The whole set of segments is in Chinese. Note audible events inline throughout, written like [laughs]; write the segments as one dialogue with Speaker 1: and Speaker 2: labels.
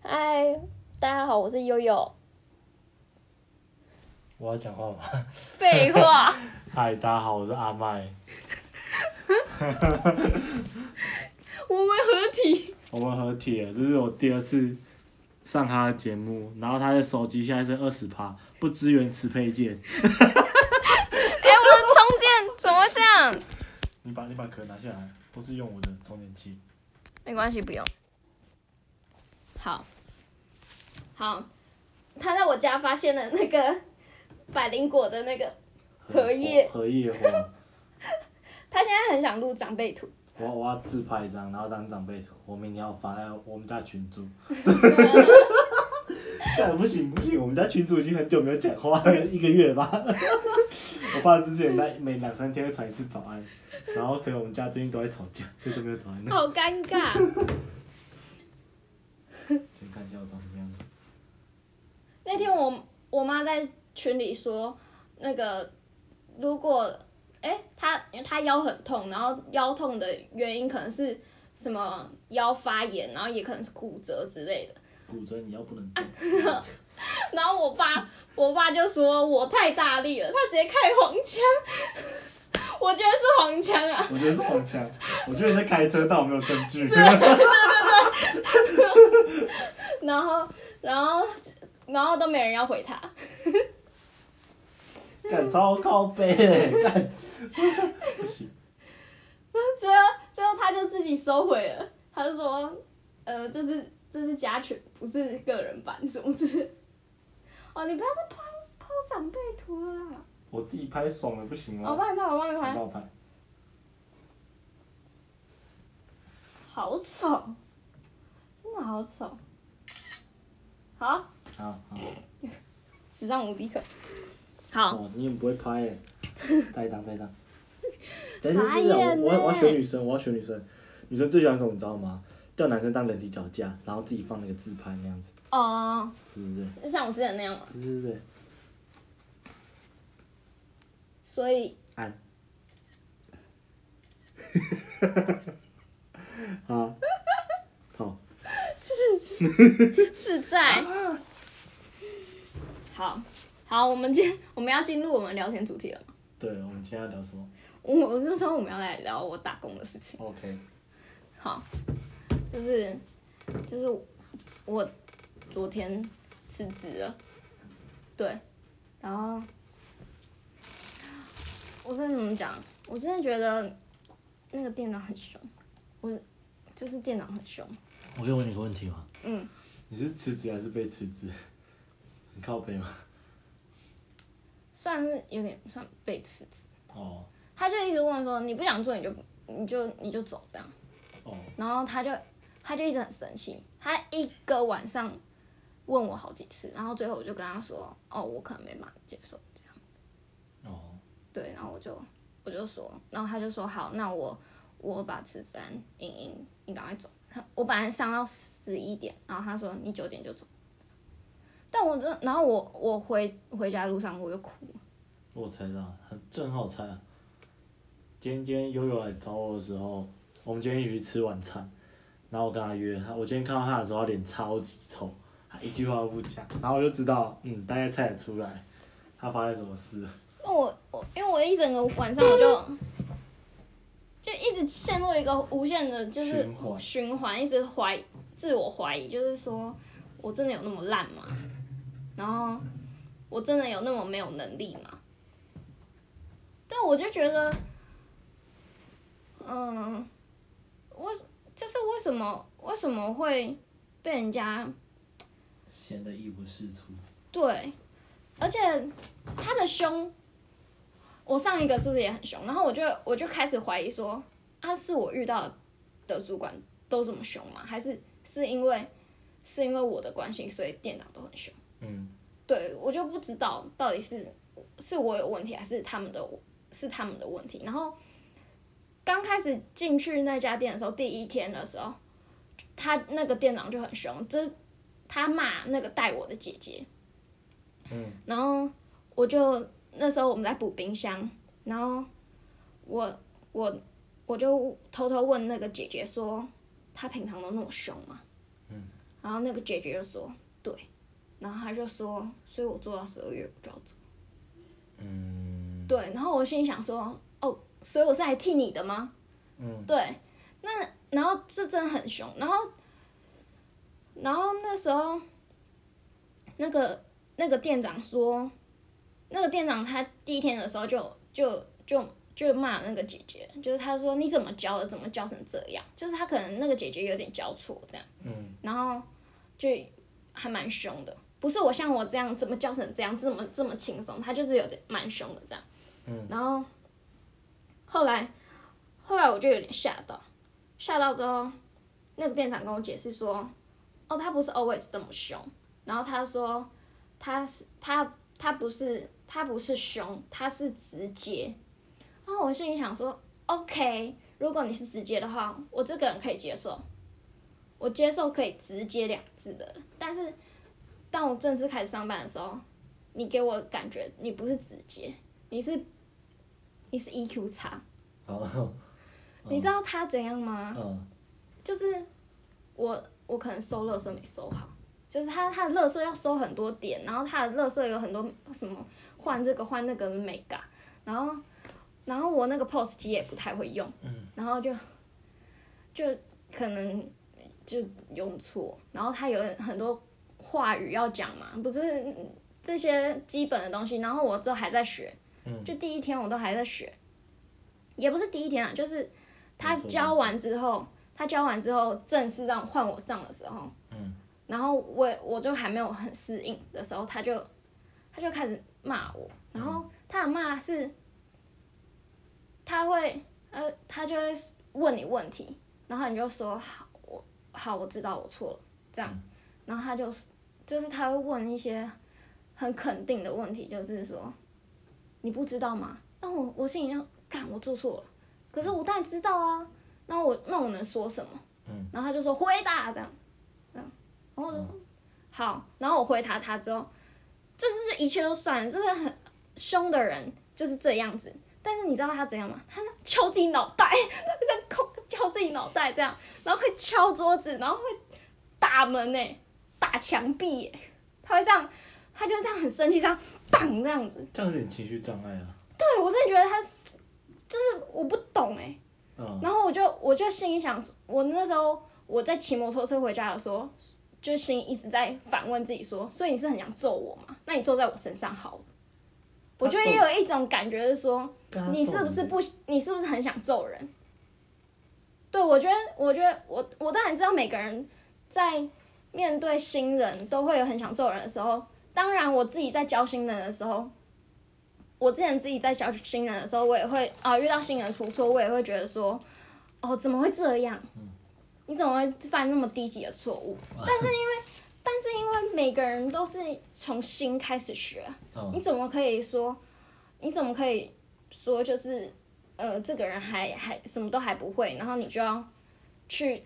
Speaker 1: 嗨，大家好，我是悠悠。
Speaker 2: 我要讲话吗？
Speaker 1: 废 [laughs] 话，
Speaker 2: [laughs] 嗨，大家好，我是阿麦。
Speaker 1: 我们合体。
Speaker 2: 我们合体了，这是我第二次上他的节目，然后他的手机现在是二十趴，不支援磁配件。
Speaker 1: 哎、我的充电怎么会这样？
Speaker 2: 你把你把壳拿下来，不是用我的充电器。
Speaker 1: 没关系，不用。好，好，他在我家发现了那个百灵果的那个，荷叶
Speaker 2: 荷叶花，
Speaker 1: 他现在很想录长辈图。
Speaker 2: 我我要自拍一张，然后当长辈图，我明天要发在我们家群主。但不行不行，我们家群主已经很久没有讲话了，一个月了吧。 [laughs] 我爸之前在每两三天会传一次早安，然后可能我们家最近都在吵架，所以都没有早安了。
Speaker 1: 好尴尬。
Speaker 2: 先看一下我长什么样子。
Speaker 1: 那天我我妈在群里说，那个如果哎、她因为她腰很痛，然后腰痛的原因可能是什么腰发炎，然后也可能是骨折之类的。 [laughs]
Speaker 2: 骨折你要不能动，
Speaker 1: 然后我爸，我爸就说我太大力了，他直接开黄腔， [laughs] 我觉得是黄腔啊。
Speaker 2: 我觉得是黄腔，我觉得你在开车，但我没有证据。 [laughs]
Speaker 1: 然后，然后，然后都没人要回他。
Speaker 2: 干超靠背 [laughs] 欸，干不行，
Speaker 1: [laughs] 最后，最后他就自己收回了，他就说，呃，这是这是家群，不是个人版，什么之类的。哦，你不要再抛抛长辈图了啦！
Speaker 2: 我自己拍爽了不行
Speaker 1: 哦我
Speaker 2: 吗？
Speaker 1: 帮你拍，我帮你
Speaker 2: 帮
Speaker 1: 拍，
Speaker 2: 我拍，
Speaker 1: 好丑，真的好丑。好，
Speaker 2: 好
Speaker 1: 史上无敌丑。
Speaker 2: 好，
Speaker 1: 好，
Speaker 2: 哦，你也不会拍
Speaker 1: [laughs]
Speaker 2: 诶，再一张，再一张。等一下，
Speaker 1: 傻
Speaker 2: 等
Speaker 1: 眼
Speaker 2: 一下，我我
Speaker 1: 欸
Speaker 2: 要我要选女生，我要选女生，女生最喜欢什么你知道吗？叫男生当人体脚架，然后自己放那个自拍那样子，
Speaker 1: 哦、
Speaker 2: 是不是？
Speaker 1: 就像我之前那样嘛。
Speaker 2: 是不是？
Speaker 1: 所以
Speaker 2: 按。
Speaker 1: [laughs]
Speaker 2: 好，好，
Speaker 1: 是在。好，好，我们今我们要进入我们聊天主题了嘛？
Speaker 2: 对，我们今天要聊什么
Speaker 1: 我我就说我们要来聊我打工的事情。
Speaker 2: ？OK，
Speaker 1: 好，就是就是我昨天辞职了，对，然后我是怎么讲？我真的觉得那个店长很凶，我就是店长很凶。
Speaker 2: 我可以问你个问题吗？
Speaker 1: 嗯，
Speaker 2: 你是辞职还是被辞职？很靠背吗？
Speaker 1: 算是有点算被辞职。
Speaker 2: 哦
Speaker 1: 他就一直问说你不想做你就你就你就走这样，
Speaker 2: 哦，
Speaker 1: 然后他就他就一直很生气，他一个晚上问我好几次，然后最后我就跟他说哦我可能没办法接受这样，
Speaker 2: 哦，
Speaker 1: 对，然后我就我就说，然后他就说好，那我我把辞职单印印，你赶快走。他我本来上到十一点，然后他说你九点就走，但我真的然后我我回回家路上我就哭了，
Speaker 2: 我猜到，很这很好猜啊。今天今天悠悠来找我的时候，我们今天一起去吃晚餐，然后我跟他约他，我今天看到他的时候，他脸超级臭，他一句话都不讲，然后我就知道，嗯，大概猜得出来，他发生什么事了。
Speaker 1: 那我我因为我一整个晚上我就就一直陷入一个无限的，就是
Speaker 2: 循环
Speaker 1: 循环，一直怀疑自我怀疑，就是说我真的有那么烂吗？然后我真的有那么没有能力吗？但我就觉得，嗯，我就是为什么为什么会被人家
Speaker 2: 显得一无是处。
Speaker 1: 对，而且他的胸，我上一个是不是也很凶？然后我就我就开始怀疑说，啊，是我遇到的主管都这么凶吗？还是是因为是因为我的关系，所以店长都很凶？
Speaker 2: 嗯，
Speaker 1: 对我就不知道到底是是我有问题，还是他们的是他们的问题。然后刚开始进去那家店的时候，第一天的时候，他那个店长就很凶，就是他骂那个带我的姐姐。
Speaker 2: 嗯。
Speaker 1: 然后我就那时候我们在补冰箱，然后我我我就偷偷问那个姐姐说，她平常都那么凶吗？嗯。然后那个姐姐就说对，然后她就说，所以我做到十二月我就要走。
Speaker 2: 嗯，
Speaker 1: 对，然后我心里想说，哦，所以我是来替你的吗？
Speaker 2: 嗯，
Speaker 1: 对，那然后这真的很凶，然后，然后那时候，那个那个店长说，那个店长他第一天的时候就就就就骂那个姐姐，就是他说你怎么教的，怎么教成这样？就是他可能那个姐姐有点教错这样，
Speaker 2: 嗯，
Speaker 1: 然后就还蛮凶的，不是我像我这样怎么教成这样，这么这么轻松，他就是有点蛮凶的这样，
Speaker 2: 嗯，
Speaker 1: 然后后来。后来我就有点吓到，吓到之后，那个店长跟我解释说，哦，他不是 always 这么凶，然后他说他是他他不是他不是凶，他是直接。然后我心里想说，OK，如果你是直接的话，我这个人可以接受，我接受可以直接两字的。但是当我正式开始上班的时候，你给我感觉你不是直接，你是你是 EQ 差。
Speaker 2: 好，嗯
Speaker 1: 你知道他怎样吗？
Speaker 2: 嗯
Speaker 1: 就是我我可能收垃圾没收好，就是他他的垃圾要收很多点，然后他的垃圾有很多什么换这个换那个的美感，然后然后我那个 POS 机也不太会用，
Speaker 2: 嗯
Speaker 1: 然后就就可能就用错，然后他有很多话语要讲嘛，不是嗯这些基本的东西，然后我都还在学，
Speaker 2: 嗯
Speaker 1: 就第一天我都还在学，也不是第一天啊，就是他
Speaker 2: 没错
Speaker 1: 教完之后，他教完之后正式让换我上的时候，
Speaker 2: 嗯，
Speaker 1: 然后我我就还没有很适应的时候，他就他就开始骂我，然后他的骂是，他会呃他就会问你问题，然后你就说好我好我知道我错了这样，然后他就就是他会问一些很肯定的问题，就是说你不知道吗？那我我心里就干我做错了，可是我当然知道啊，那我那我能说什么？
Speaker 2: 嗯，
Speaker 1: 然后他就说回答这样，这样，然后我就、好，然后我回答他之后，就是就一切都算了，就是很凶的人就是这样子。但是你知道他怎样吗？他在敲自己脑袋，他在敲敲自己脑袋这样，然后会敲桌子，然后会打门呢、打墙壁、欸，他会这样，他就这样很生气，这样棒这样子。
Speaker 2: 这样有点情绪障碍啊，
Speaker 1: 对我真的觉得他是就是我不懂哎、
Speaker 2: 嗯
Speaker 1: 然后我就我就心里想，我那时候我在骑摩托车回家的时候，就心里一直在反问自己说，所以你是很想揍我吗？那你坐在我身上好了。我就也有一种感觉是说，
Speaker 2: 刚刚
Speaker 1: 你是不是不，你是不是很想揍人？对，我觉得，我觉得，我我当然知道每个人在面对新人都会有很想揍人的时候。当然，我自己在教新人的时候，我之前自己在教新人的时候，我也会啊、遇到新人出错，我也会觉得说，哦，怎么会这样？你怎么会犯那么低级的错误？但是因为，但是因为每个人都是从新开始学，
Speaker 2: 嗯
Speaker 1: 你怎么可以说？你怎么可以说就是呃，这个人还还什么都还不会，然后你就要去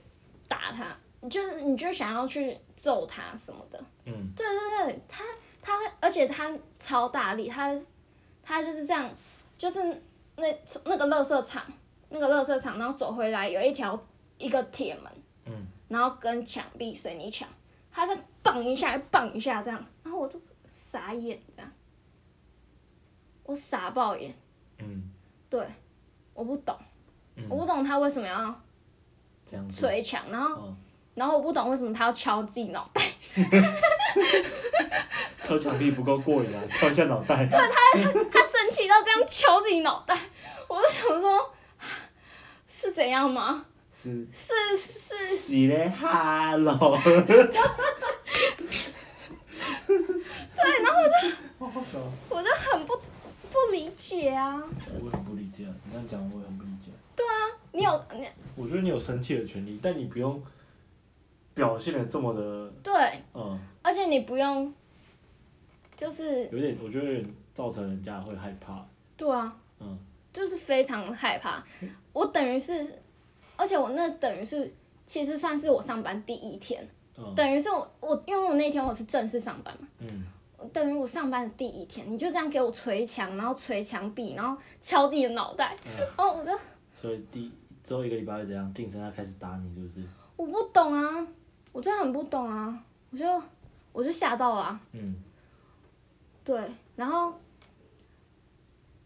Speaker 1: 打他，你就是你就想要去揍他什么的。
Speaker 2: 嗯
Speaker 1: 对对对，他他会，而且他超大力，他他就是这样，就是那那个垃圾场，那个垃圾场，然后走回来有一条一个铁门，
Speaker 2: 嗯，
Speaker 1: 然后跟墙壁水泥墙，他在绑一下，绑一下这样，然后我就傻眼这样，我傻爆眼，
Speaker 2: 嗯
Speaker 1: 对，我不懂，我
Speaker 2: 嗯，
Speaker 1: 不懂他为什么要
Speaker 2: 这样子，
Speaker 1: 捶墙，然后
Speaker 2: 嗯，
Speaker 1: 然后我不懂为什么他要敲自己脑袋，
Speaker 2: 敲墙壁不够过瘾啊，敲一下脑袋，
Speaker 1: 他生气到这样敲自己脑袋，我就想说， [sighs] 是怎样吗？
Speaker 2: 是
Speaker 1: 是是，
Speaker 2: 洗嘞哈喽，
Speaker 1: 对，然后我就
Speaker 2: 好好笑啊
Speaker 1: 我就很不不理解啊，
Speaker 2: 我很不理解，你这样讲我也很不理解。
Speaker 1: 你有你
Speaker 2: 我觉得你有生气的权利，但你不用表现的这么的，
Speaker 1: 对，
Speaker 2: 嗯，
Speaker 1: 而且你不用，就是
Speaker 2: 有点，我觉得有点造成人家会害怕，
Speaker 1: 对啊，
Speaker 2: 嗯
Speaker 1: 就是非常害怕，我等于是，而且我那等于是。其实算是我上班第一天，
Speaker 2: 嗯
Speaker 1: 等于是我我因为我那天我是正式上班嘛，
Speaker 2: 嗯
Speaker 1: 等于我上班的第一天，你就这样给我捶墙，然后捶墙壁，然后敲自己的脑袋，
Speaker 2: 嗯，
Speaker 1: 哦，我就
Speaker 2: 所以第之后一个礼拜会怎样？晋升他开始打你是不是？
Speaker 1: 我不懂啊，我真的很不懂啊，我就我就吓到了啊、
Speaker 2: 嗯，
Speaker 1: 对，然后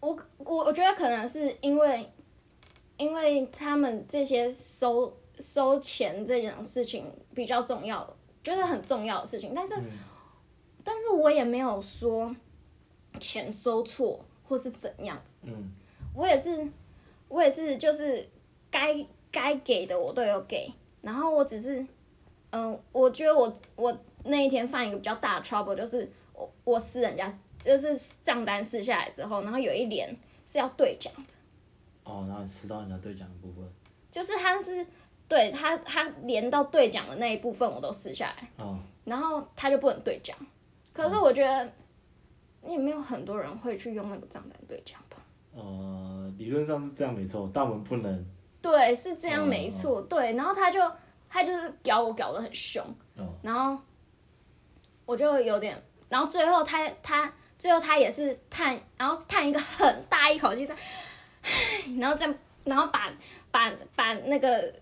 Speaker 1: 我我我觉得可能是因为，因为他们这些收收钱这种事情比较重要，就是很重要的事情，但是、
Speaker 2: 嗯
Speaker 1: 但是我也没有说钱收错或是怎样，
Speaker 2: 嗯，
Speaker 1: 我也是，我也是，就是该该给的我都有给，然后我只是，嗯，我觉得我我那一天犯一个比较大的 trouble，就是我我撕人家，就是账单撕下来之后，然后有一联是要兑奖，
Speaker 2: 哦，然后你吃到人家兑奖的部分，
Speaker 1: 就是他是对他他连到兑奖的那一部分我都撕下来，
Speaker 2: 哦，
Speaker 1: 然后他就不能兑奖，可是我觉得也没有很多人会去用那个账单兑奖吧。
Speaker 2: 呃，理论上是这样没错，但我们不能，
Speaker 1: 对，是这样没错。对，然后他就他就是搞我搞得很凶，
Speaker 2: 哦，
Speaker 1: 然后我就有点，然后最后他他最后他也是叹，然后叹一个很大一口气，这样唉然后这样，然后把把把那个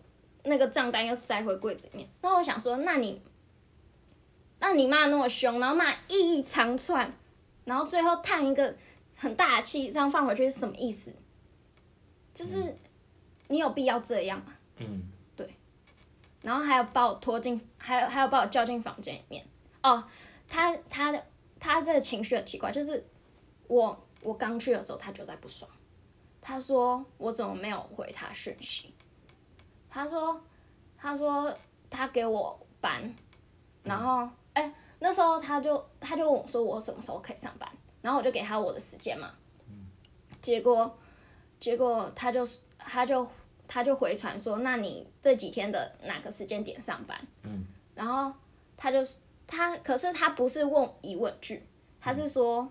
Speaker 1: 那个账单又塞回柜子里面。然后我想说，那你那你骂那么凶，然后骂一长串，然后最后叹一个很大的气，这样放回去是什么意思？就是你有必要这样吗？
Speaker 2: 嗯，
Speaker 1: 然后还有把我拖进，还有还有把我叫进房间里面。哦，他他的他这个情绪很奇怪，就是我我刚去的时候他就在不爽，他说我怎么没有回他讯息？他说他说他给我班，然后哎、那时候他就他就问我说我什么时候可以上班，然后我就给他我的时间嘛，结果结果他就他就他就回传说，那你这几天的哪个时间点上班？
Speaker 2: 嗯，
Speaker 1: 然后他就他，可是他不是问疑问句，他是说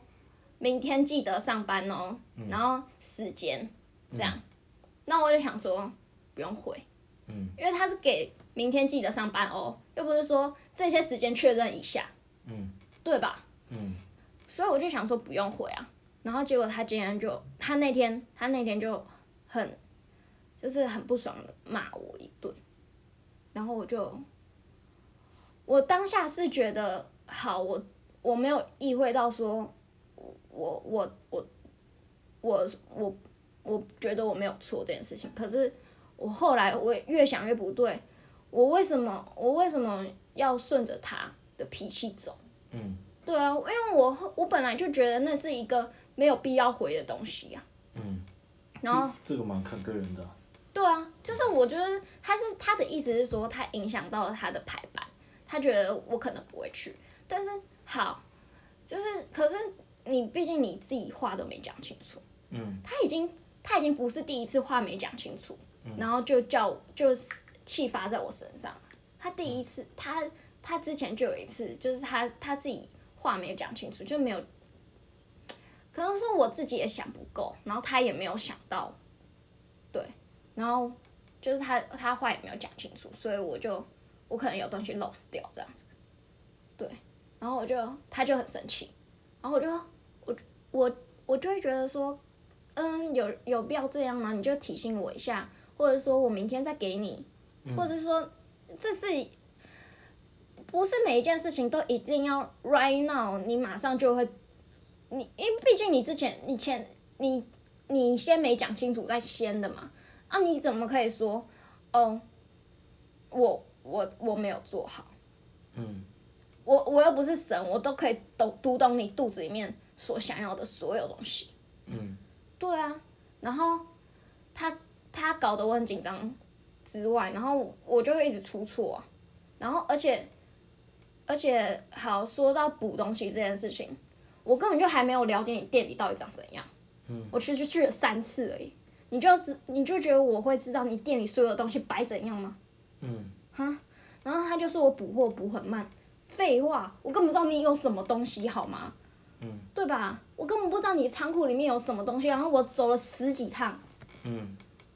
Speaker 1: 明天记得上班哦，
Speaker 2: 嗯
Speaker 1: 然后时间这样。那我就想说不用回，
Speaker 2: 嗯，
Speaker 1: 因为他是给明天记得上班哦，又不是说这些时间确认一下，
Speaker 2: 嗯，
Speaker 1: 对吧？
Speaker 2: 嗯，
Speaker 1: 所以我就想说不用回啊。然后结果他今天就他那天他那天就很就是很不爽的骂我一顿，然后我就我当下是觉得好，我我没有意会到说我我我我我我我觉得我没有错这件事情，可是我后来我越想越不对，我为什么我为什么要顺着他的脾气走？
Speaker 2: 嗯，
Speaker 1: 对啊，因为我后我本来就觉得那是一个没有必要回的东西呀、啊。
Speaker 2: 嗯。
Speaker 1: 然后
Speaker 2: 这这个蛮看个人的啊，
Speaker 1: 对啊，就是我觉得他是他的意思是说，他影响到了他的排版，他觉得我可能不会去。但是好，就是可是你毕竟你自己话都没讲清楚，
Speaker 2: 嗯，
Speaker 1: 他已经他已经不是第一次话没讲清楚，然后就叫就是气发在我身上。他第一次他他之前就有一次，就是他他自己话没有讲清楚，就没有。可能是我自己也想不够，然后他也没有想到然后就是他他话也没有讲清楚，所以我就我可能有东西 lost 掉这样子，对，然后我就他就很生气，然后我就我我我就会觉得说，嗯，有有必要这样吗？你就提醒我一下，或者说我明天再给你，或者说这是。不是每一件事情都一定要 right now，你马上就会，你因为毕竟你之前你前你你先没讲清楚再先的嘛，啊，你怎么可以说，哦，我我我没有做好，
Speaker 2: 嗯，
Speaker 1: 我我又不是神，我都可以懂读懂你肚子里面所想要的所有东西。
Speaker 2: 嗯，
Speaker 1: 对啊，然后他他搞得我很紧张之外，然后我就会一直出错、啊，然后而且而且好说到补东西这件事情，我根本就还没有了解你店里到底长怎样，嗯，我其实去了三次而已，你就知你就觉得我会知道你店里所有的东西摆怎样吗？
Speaker 2: 嗯，
Speaker 1: 哈，然后他就说我补货补很慢，废话，我根本不知道你有什么东西好吗？
Speaker 2: 嗯
Speaker 1: 对吧？我根本不知道你仓库里面有什么东西，然后我走了十几趟，
Speaker 2: 嗯，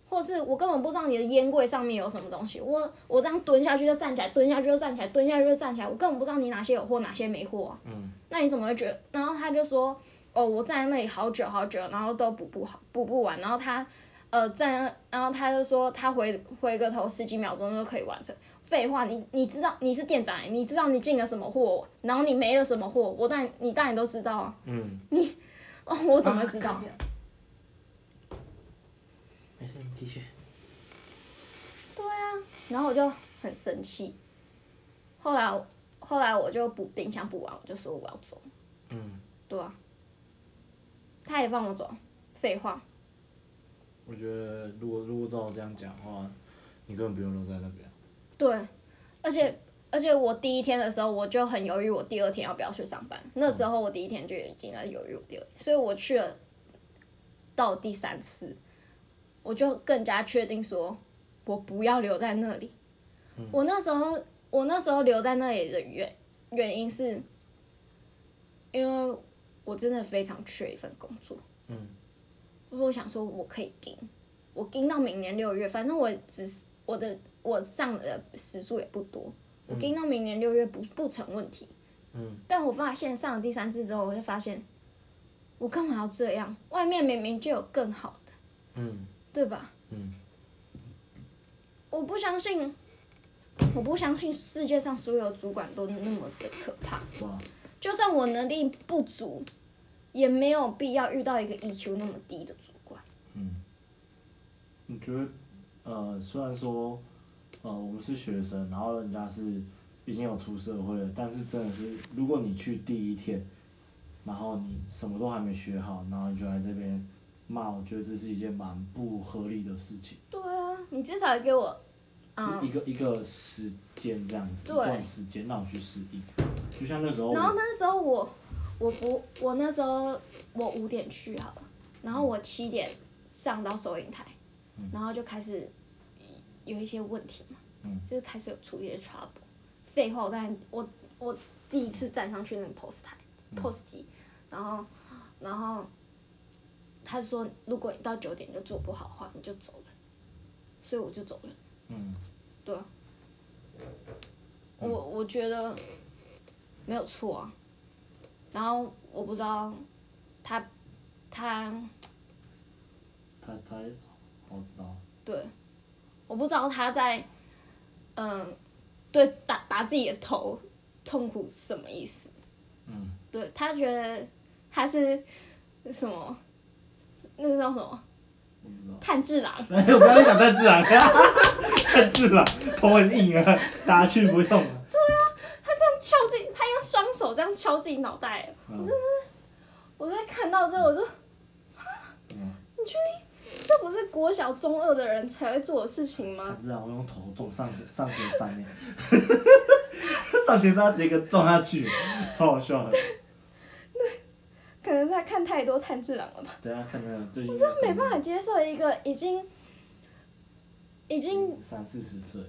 Speaker 1: 或是我根本不知道你的烟柜上面有什么东西。我我这样蹲下去就站起来，蹲下去就站起来，蹲下去就站起来，我根本不知道你哪些有货，哪些没货、啊。
Speaker 2: 嗯，
Speaker 1: 那你怎么会觉得？然后他就说，哦，我站在那里好久好久，然后都补不好，补不完。然后他，呃，站，然后他就说他回回个头十几秒钟就可以完成。废话，你你知道你是店长，欸你知道你进了什么货，然后你没了什么货，我当然你当然都知道啊。 [laughs]
Speaker 2: 嗯，
Speaker 1: 哦，我怎么会知道？
Speaker 2: 啊？看没事，你继续。
Speaker 1: 对啊，然后我就很生气。后来我后来我就补冰箱补完，我就说我要走。
Speaker 2: 嗯，
Speaker 1: 对啊，他也放我走，废话。
Speaker 2: 我觉得如果如果照这样讲的话，你根本不用留在那边。
Speaker 1: 对，而且而且我第一天的时候我就很犹豫，我第二天要不要去上班。那时候我第一天就已经在犹豫我第二天，所以我去了到第三次，我就更加确定说我不要留在那里。我那时候我那时候留在那里的原原因是，因为我真的非常缺一份工作。
Speaker 2: 嗯，
Speaker 1: 我想说我可以盯，我盯到明年六月，反正我只是我的我上的时数也不多，我盯到明年六月不不成问题。
Speaker 2: 嗯，
Speaker 1: 但我发现上了第三次之后，我就发现我干嘛要这样？外面明明就有更好的，
Speaker 2: 嗯
Speaker 1: 对吧？
Speaker 2: 嗯，
Speaker 1: 我不相信，我不相信世界上所有主管都那么的可怕。
Speaker 2: 对啊吧？
Speaker 1: 就算我能力不足，也没有必要遇到一个 EQ 那么低的主管。
Speaker 2: 你觉得，呃，虽然说，呃，我们是学生，然后人家是已经有出社会了，但是真的是，如果你去第一天，然后你什么都还没学好，然后你就来这边骂，我觉得这是一件蛮不合理的事情，
Speaker 1: 对啊，你至少也给我，嗯
Speaker 2: 就，一个一个时间这样子，一
Speaker 1: 对
Speaker 2: 段时间让我去适应。就像那时候我，
Speaker 1: 然后那时候我，我不，我那时候我五点去好了，然后我七点上到收银台，然后就开始有一些问题嘛，
Speaker 2: 嗯
Speaker 1: 就是开始有出一些 trouble。废话，我当然我我第一次站上去那个 POS 台、POS
Speaker 2: 嗯
Speaker 1: 机，然后然后他说，如果你到九点就做不好的话，你就走人，所以我就走人。
Speaker 2: 嗯，
Speaker 1: 对啊，我我觉得没有错啊。然后我不知道他他
Speaker 2: 他他，我知道，
Speaker 1: 对，我不知道他在嗯、对打打自己的头痛苦是什么意思？
Speaker 2: 嗯，
Speaker 1: 对他觉得他是什么？那个叫什么？
Speaker 2: 我知道。
Speaker 1: 炭治郎。
Speaker 2: 哎，我刚才想太自然，太自然，头很硬啊，打去不动啊。
Speaker 1: 敲自己，他用双手这样敲自己脑袋。我
Speaker 2: 嗯
Speaker 1: 真的是，我在看到这，我就，
Speaker 2: 嗯
Speaker 1: 你确定这不是国小中二的人才会做的事情
Speaker 2: 他
Speaker 1: 吗？
Speaker 2: 知道我用头撞上上前三面，上前三他直接给撞下去，超好笑的。
Speaker 1: 可能他看太多炭治郎了吧，
Speaker 2: 等一下看那个最近
Speaker 1: 就没办法接受一个已经已经
Speaker 2: 三四十岁，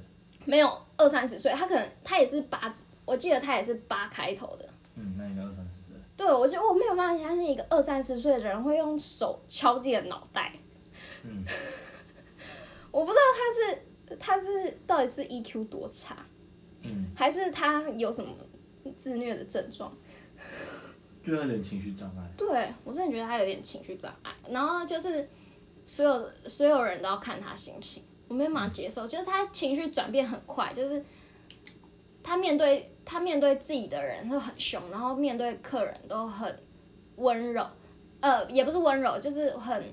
Speaker 1: 没有二三十岁，他可能他也是八，我记得他也是八开头的。
Speaker 2: 嗯，那应该二三十岁。
Speaker 1: 对，我就我没有办法相信一个二三十岁的人会用手敲自己的脑袋。
Speaker 2: 嗯，
Speaker 1: [laughs] 我不知道他是他是到底是 EQ 多差。
Speaker 2: 嗯，
Speaker 1: 还是他有什么自虐的症状？
Speaker 2: 就有点情绪障碍。
Speaker 1: 对我真的觉得他有点情绪障碍，然后就是所有所有人都要看他心情，我没办法接受，就是他情绪转变很快，就是他面对他面对自己的人会很凶，然后面对客人都很温柔，呃，也不是温柔，就是很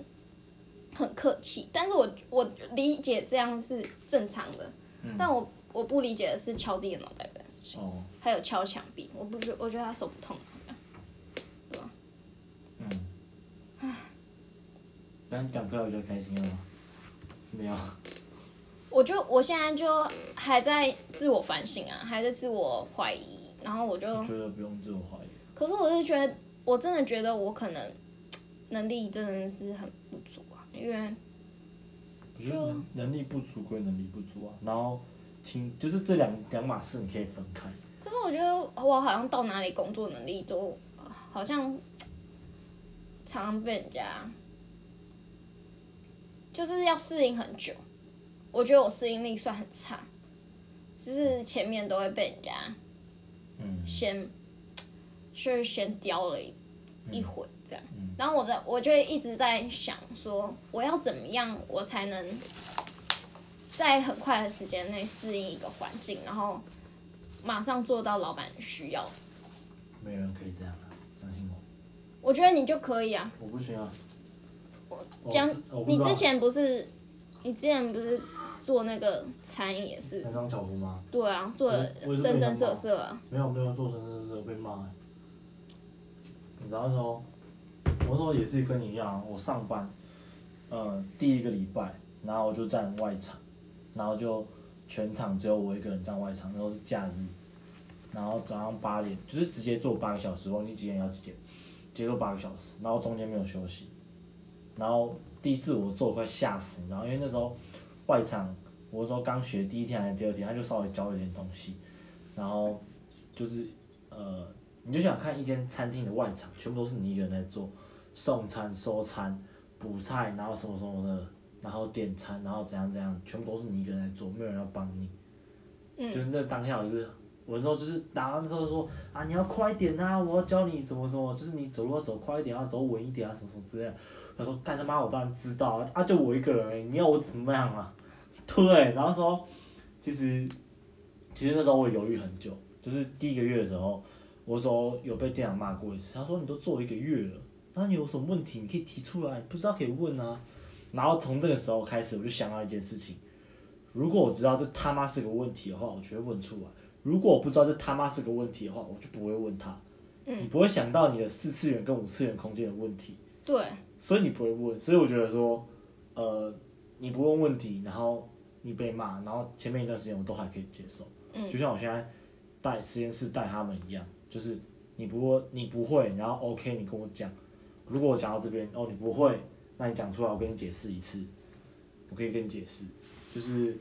Speaker 1: 很客气。但是我我理解这样是正常的，
Speaker 2: 嗯
Speaker 1: 但我我不理解的是敲自己的脑袋这件事情。
Speaker 2: 哦，
Speaker 1: 还有敲墙壁，我不觉，我觉得他手不痛。
Speaker 2: 嗯，但讲出来我就开心了吗？没有，
Speaker 1: 我就我现在就还在自我反省啊，还在自我怀疑，然后我就，
Speaker 2: 我觉得不用自我怀疑。
Speaker 1: 可是我是觉得，我真的觉得我可能能力真的是很不足啊，因为
Speaker 2: 我觉得能能力不足归能力不足啊，然后情就是这两两码事你可以分开。
Speaker 1: 可是我觉得我好像到哪里工作能力都呃好像常常被人家就是要适应很久。我觉得我适应力算很差，就是前面都会被人家
Speaker 2: 嗯
Speaker 1: 先就是先叼了一一回这样。然后我在我就一直在想说，我要怎么样我才能在很快的时间内适应一个环境，然后马上做到老板需要。
Speaker 2: 没有人可以这样的、相信我，
Speaker 1: 我觉得你就可以啊。
Speaker 2: 我不行啊。
Speaker 1: 我
Speaker 2: 我
Speaker 1: 讲
Speaker 2: 自我不
Speaker 1: 你
Speaker 2: 知道
Speaker 1: 之前不是，你之前不是做那个餐饮也是
Speaker 2: 三，张巧夫吗？
Speaker 1: 对啊，做的
Speaker 2: 我我是
Speaker 1: 生
Speaker 2: 没
Speaker 1: 生
Speaker 2: 想
Speaker 1: 色
Speaker 2: 到
Speaker 1: 色啊。
Speaker 2: 没有没有做生生色被骂、欸。你知道那时候，我那时候也是跟你一样，我上班，呃，第一个礼拜，然后我就站外场，然后就全场只有我一个人站外场，那时候是假日，然后早上八点就是直接做八个小时，忘记几点要几点，直接做八个小时，然后中间没有休息，然后第一次我做快吓死，然后因为那时候外场，我那时候刚学第一天还是第二天，他就稍微教我一点东西，然后。就是呃，你就想看一间餐厅的外场，全部都是你一个人在做，送餐、收餐、补菜，然后什么什么的，然后点餐，然后怎样怎样，全部都是你一个人在做，没有人要帮你。
Speaker 1: 嗯
Speaker 2: 就是那当下我就是，我那时候就是，然后那时候说啊，你要快一点啊，我要教你什么什么，就是你走路要走快一点啊，走稳一点啊，什么什么之类的。他说干他妈，我当然知道啊，啊就我一个人而已，你要我怎么样啊？ [laughs] 对，然后说其实其实那时候我犹豫很久，就是第一个月的时候，我说有被店长骂过一次，他说你都做一个月了，那你有什么问题你可以提出来，不知道可以问啊。然后从这个时候开始，我就想到一件事情，如果我知道这他妈是个问题的话，我绝对问出来；如果我不知道这他妈是个问题的话，我就不会问他。你不会想到你的四次元跟五次元空间的问题，
Speaker 1: 对，
Speaker 2: 所以你不会问。所以我觉得说，呃，你不问问题，然后你被骂，然后前面一段时间我都还可以接受。
Speaker 1: 嗯
Speaker 2: 就像我现在带实验室带他们一样，就是你不会，你不会，然后 OK，你跟我讲。如果我讲到这边，哦，你不会，那你讲出来，我跟你解释一次，我可以跟你解释，就是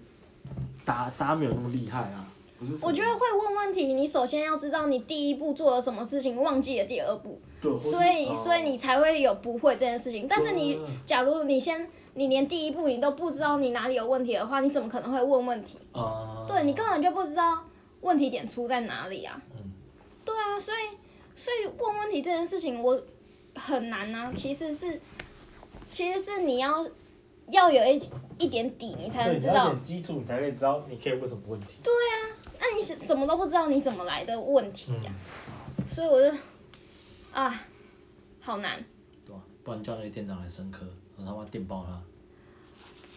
Speaker 2: 大家大家没有那么厉害啊，不是什么？
Speaker 1: 我觉得会问问题，你首先要知道你第一步做了什么事情，忘记了第二步，
Speaker 2: 对，我是
Speaker 1: 所以
Speaker 2: 哦
Speaker 1: 所以你才会有不会这件事情。但是你
Speaker 2: 对
Speaker 1: 假如你先你连第一步你都不知道你哪里有问题的话，你怎么可能会问问题？
Speaker 2: 啊，
Speaker 1: 对你根本就不知道问题点出在哪里啊。
Speaker 2: 嗯
Speaker 1: 对啊，所以所以问问题这件事情我很难啊，其实是其实是你要要有一一点底，你才
Speaker 2: 对，
Speaker 1: 能
Speaker 2: 你
Speaker 1: 知
Speaker 2: 要有
Speaker 1: 道啊
Speaker 2: 点。基础，你才可以知道你可以问什么问题。
Speaker 1: 那你是什么都不知道，你怎么来的问题呀、
Speaker 2: 嗯
Speaker 1: 所以我就啊，好难。
Speaker 2: 对吧？啊不然叫那个店长来深刻，我他妈电爆他。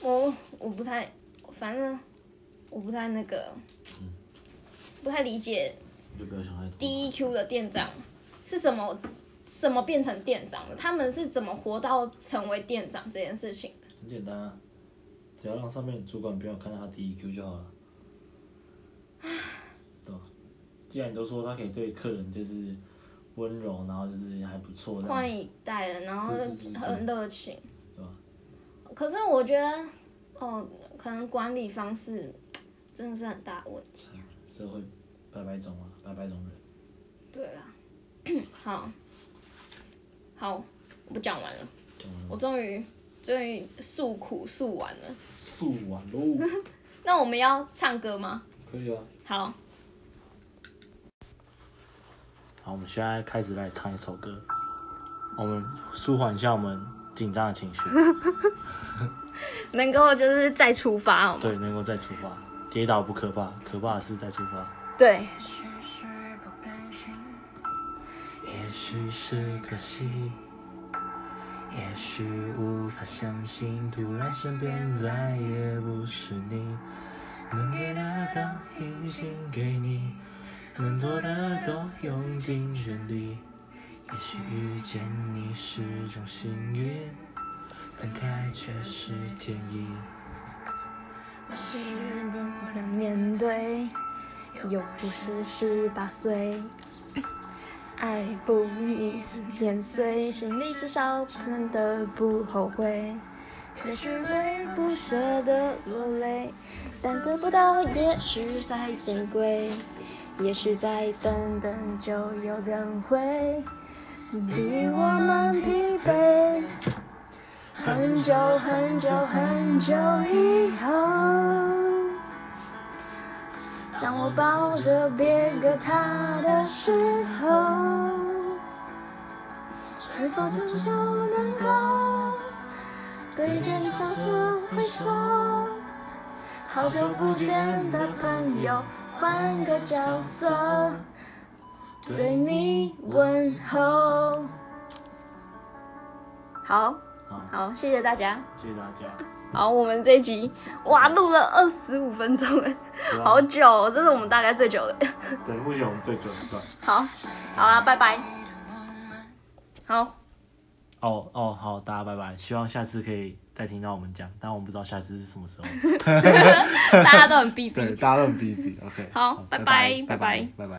Speaker 1: 我我不太，反正我不太那个，
Speaker 2: 嗯
Speaker 1: 不太理解
Speaker 2: 你就不要想太多。
Speaker 1: DEQ E 的店长是什么，怎么变成店长的？他们是怎么活到成为店长这件事情？
Speaker 2: 很简单啊，只要让上面的主管不要看到他 DEQ 就好了。对吧？既然你都说他可以对客人就是温柔，然后就是还不错这
Speaker 1: 宽
Speaker 2: 样子，
Speaker 1: 以待人，然后
Speaker 2: 对对对对
Speaker 1: 很热情。
Speaker 2: 对吧？
Speaker 1: 可是我觉得，哦，可能管理方式真的是很大的问题。
Speaker 2: 社会百百种啊，百百种人。
Speaker 1: 对啦， [clears throat] 好，好，我不讲完了，
Speaker 2: 讲完了
Speaker 1: 我终于终于诉苦诉完了。
Speaker 2: 素完喽，
Speaker 1: 那我们要唱歌吗？
Speaker 2: 可以啊。
Speaker 1: 好，
Speaker 2: [laughs] 好，我们现在开始来唱一首歌，我们舒缓一下我们紧张的情绪，
Speaker 1: 能够就是再出发好吗？
Speaker 2: 对，能够再出发。跌倒不可怕，可怕的是再出发。
Speaker 1: 对，
Speaker 2: 也许是可惜，也许无法相信，突然身边再也不是你，能给的都已经给你，能做的都用尽全力。也许遇见你是种幸运，分开却是天意。
Speaker 3: 是你能面对，又不是十八岁。爱不一年岁，心里至少不能得不后悔。也许会不舍得落泪，但得不到也许才珍贵。也许再等等就有人会比我们疲惫。很久很久很久以后，当我抱着别个他的时候，是否终究能够对着你笑着挥手，好久不见的朋友，换个角色，对你问候。
Speaker 1: 好，
Speaker 2: 好，
Speaker 1: 好，谢谢大家。
Speaker 2: 谢谢大家。
Speaker 1: 好，我们这一集哇录了二十五分钟，哎，好久、哦，这是我们大概最久的。
Speaker 2: 对，目前我们最久的段。
Speaker 1: 好，好了，拜拜。好，
Speaker 2: 哦哦，好，大家拜拜。希望下次可以再听到我们讲，但我们不知道下次是什么时候。
Speaker 1: 大家都很
Speaker 2: 对，
Speaker 1: busy。
Speaker 2: 大家都很 busy。OK。
Speaker 1: 好拜拜拜拜
Speaker 2: 拜拜。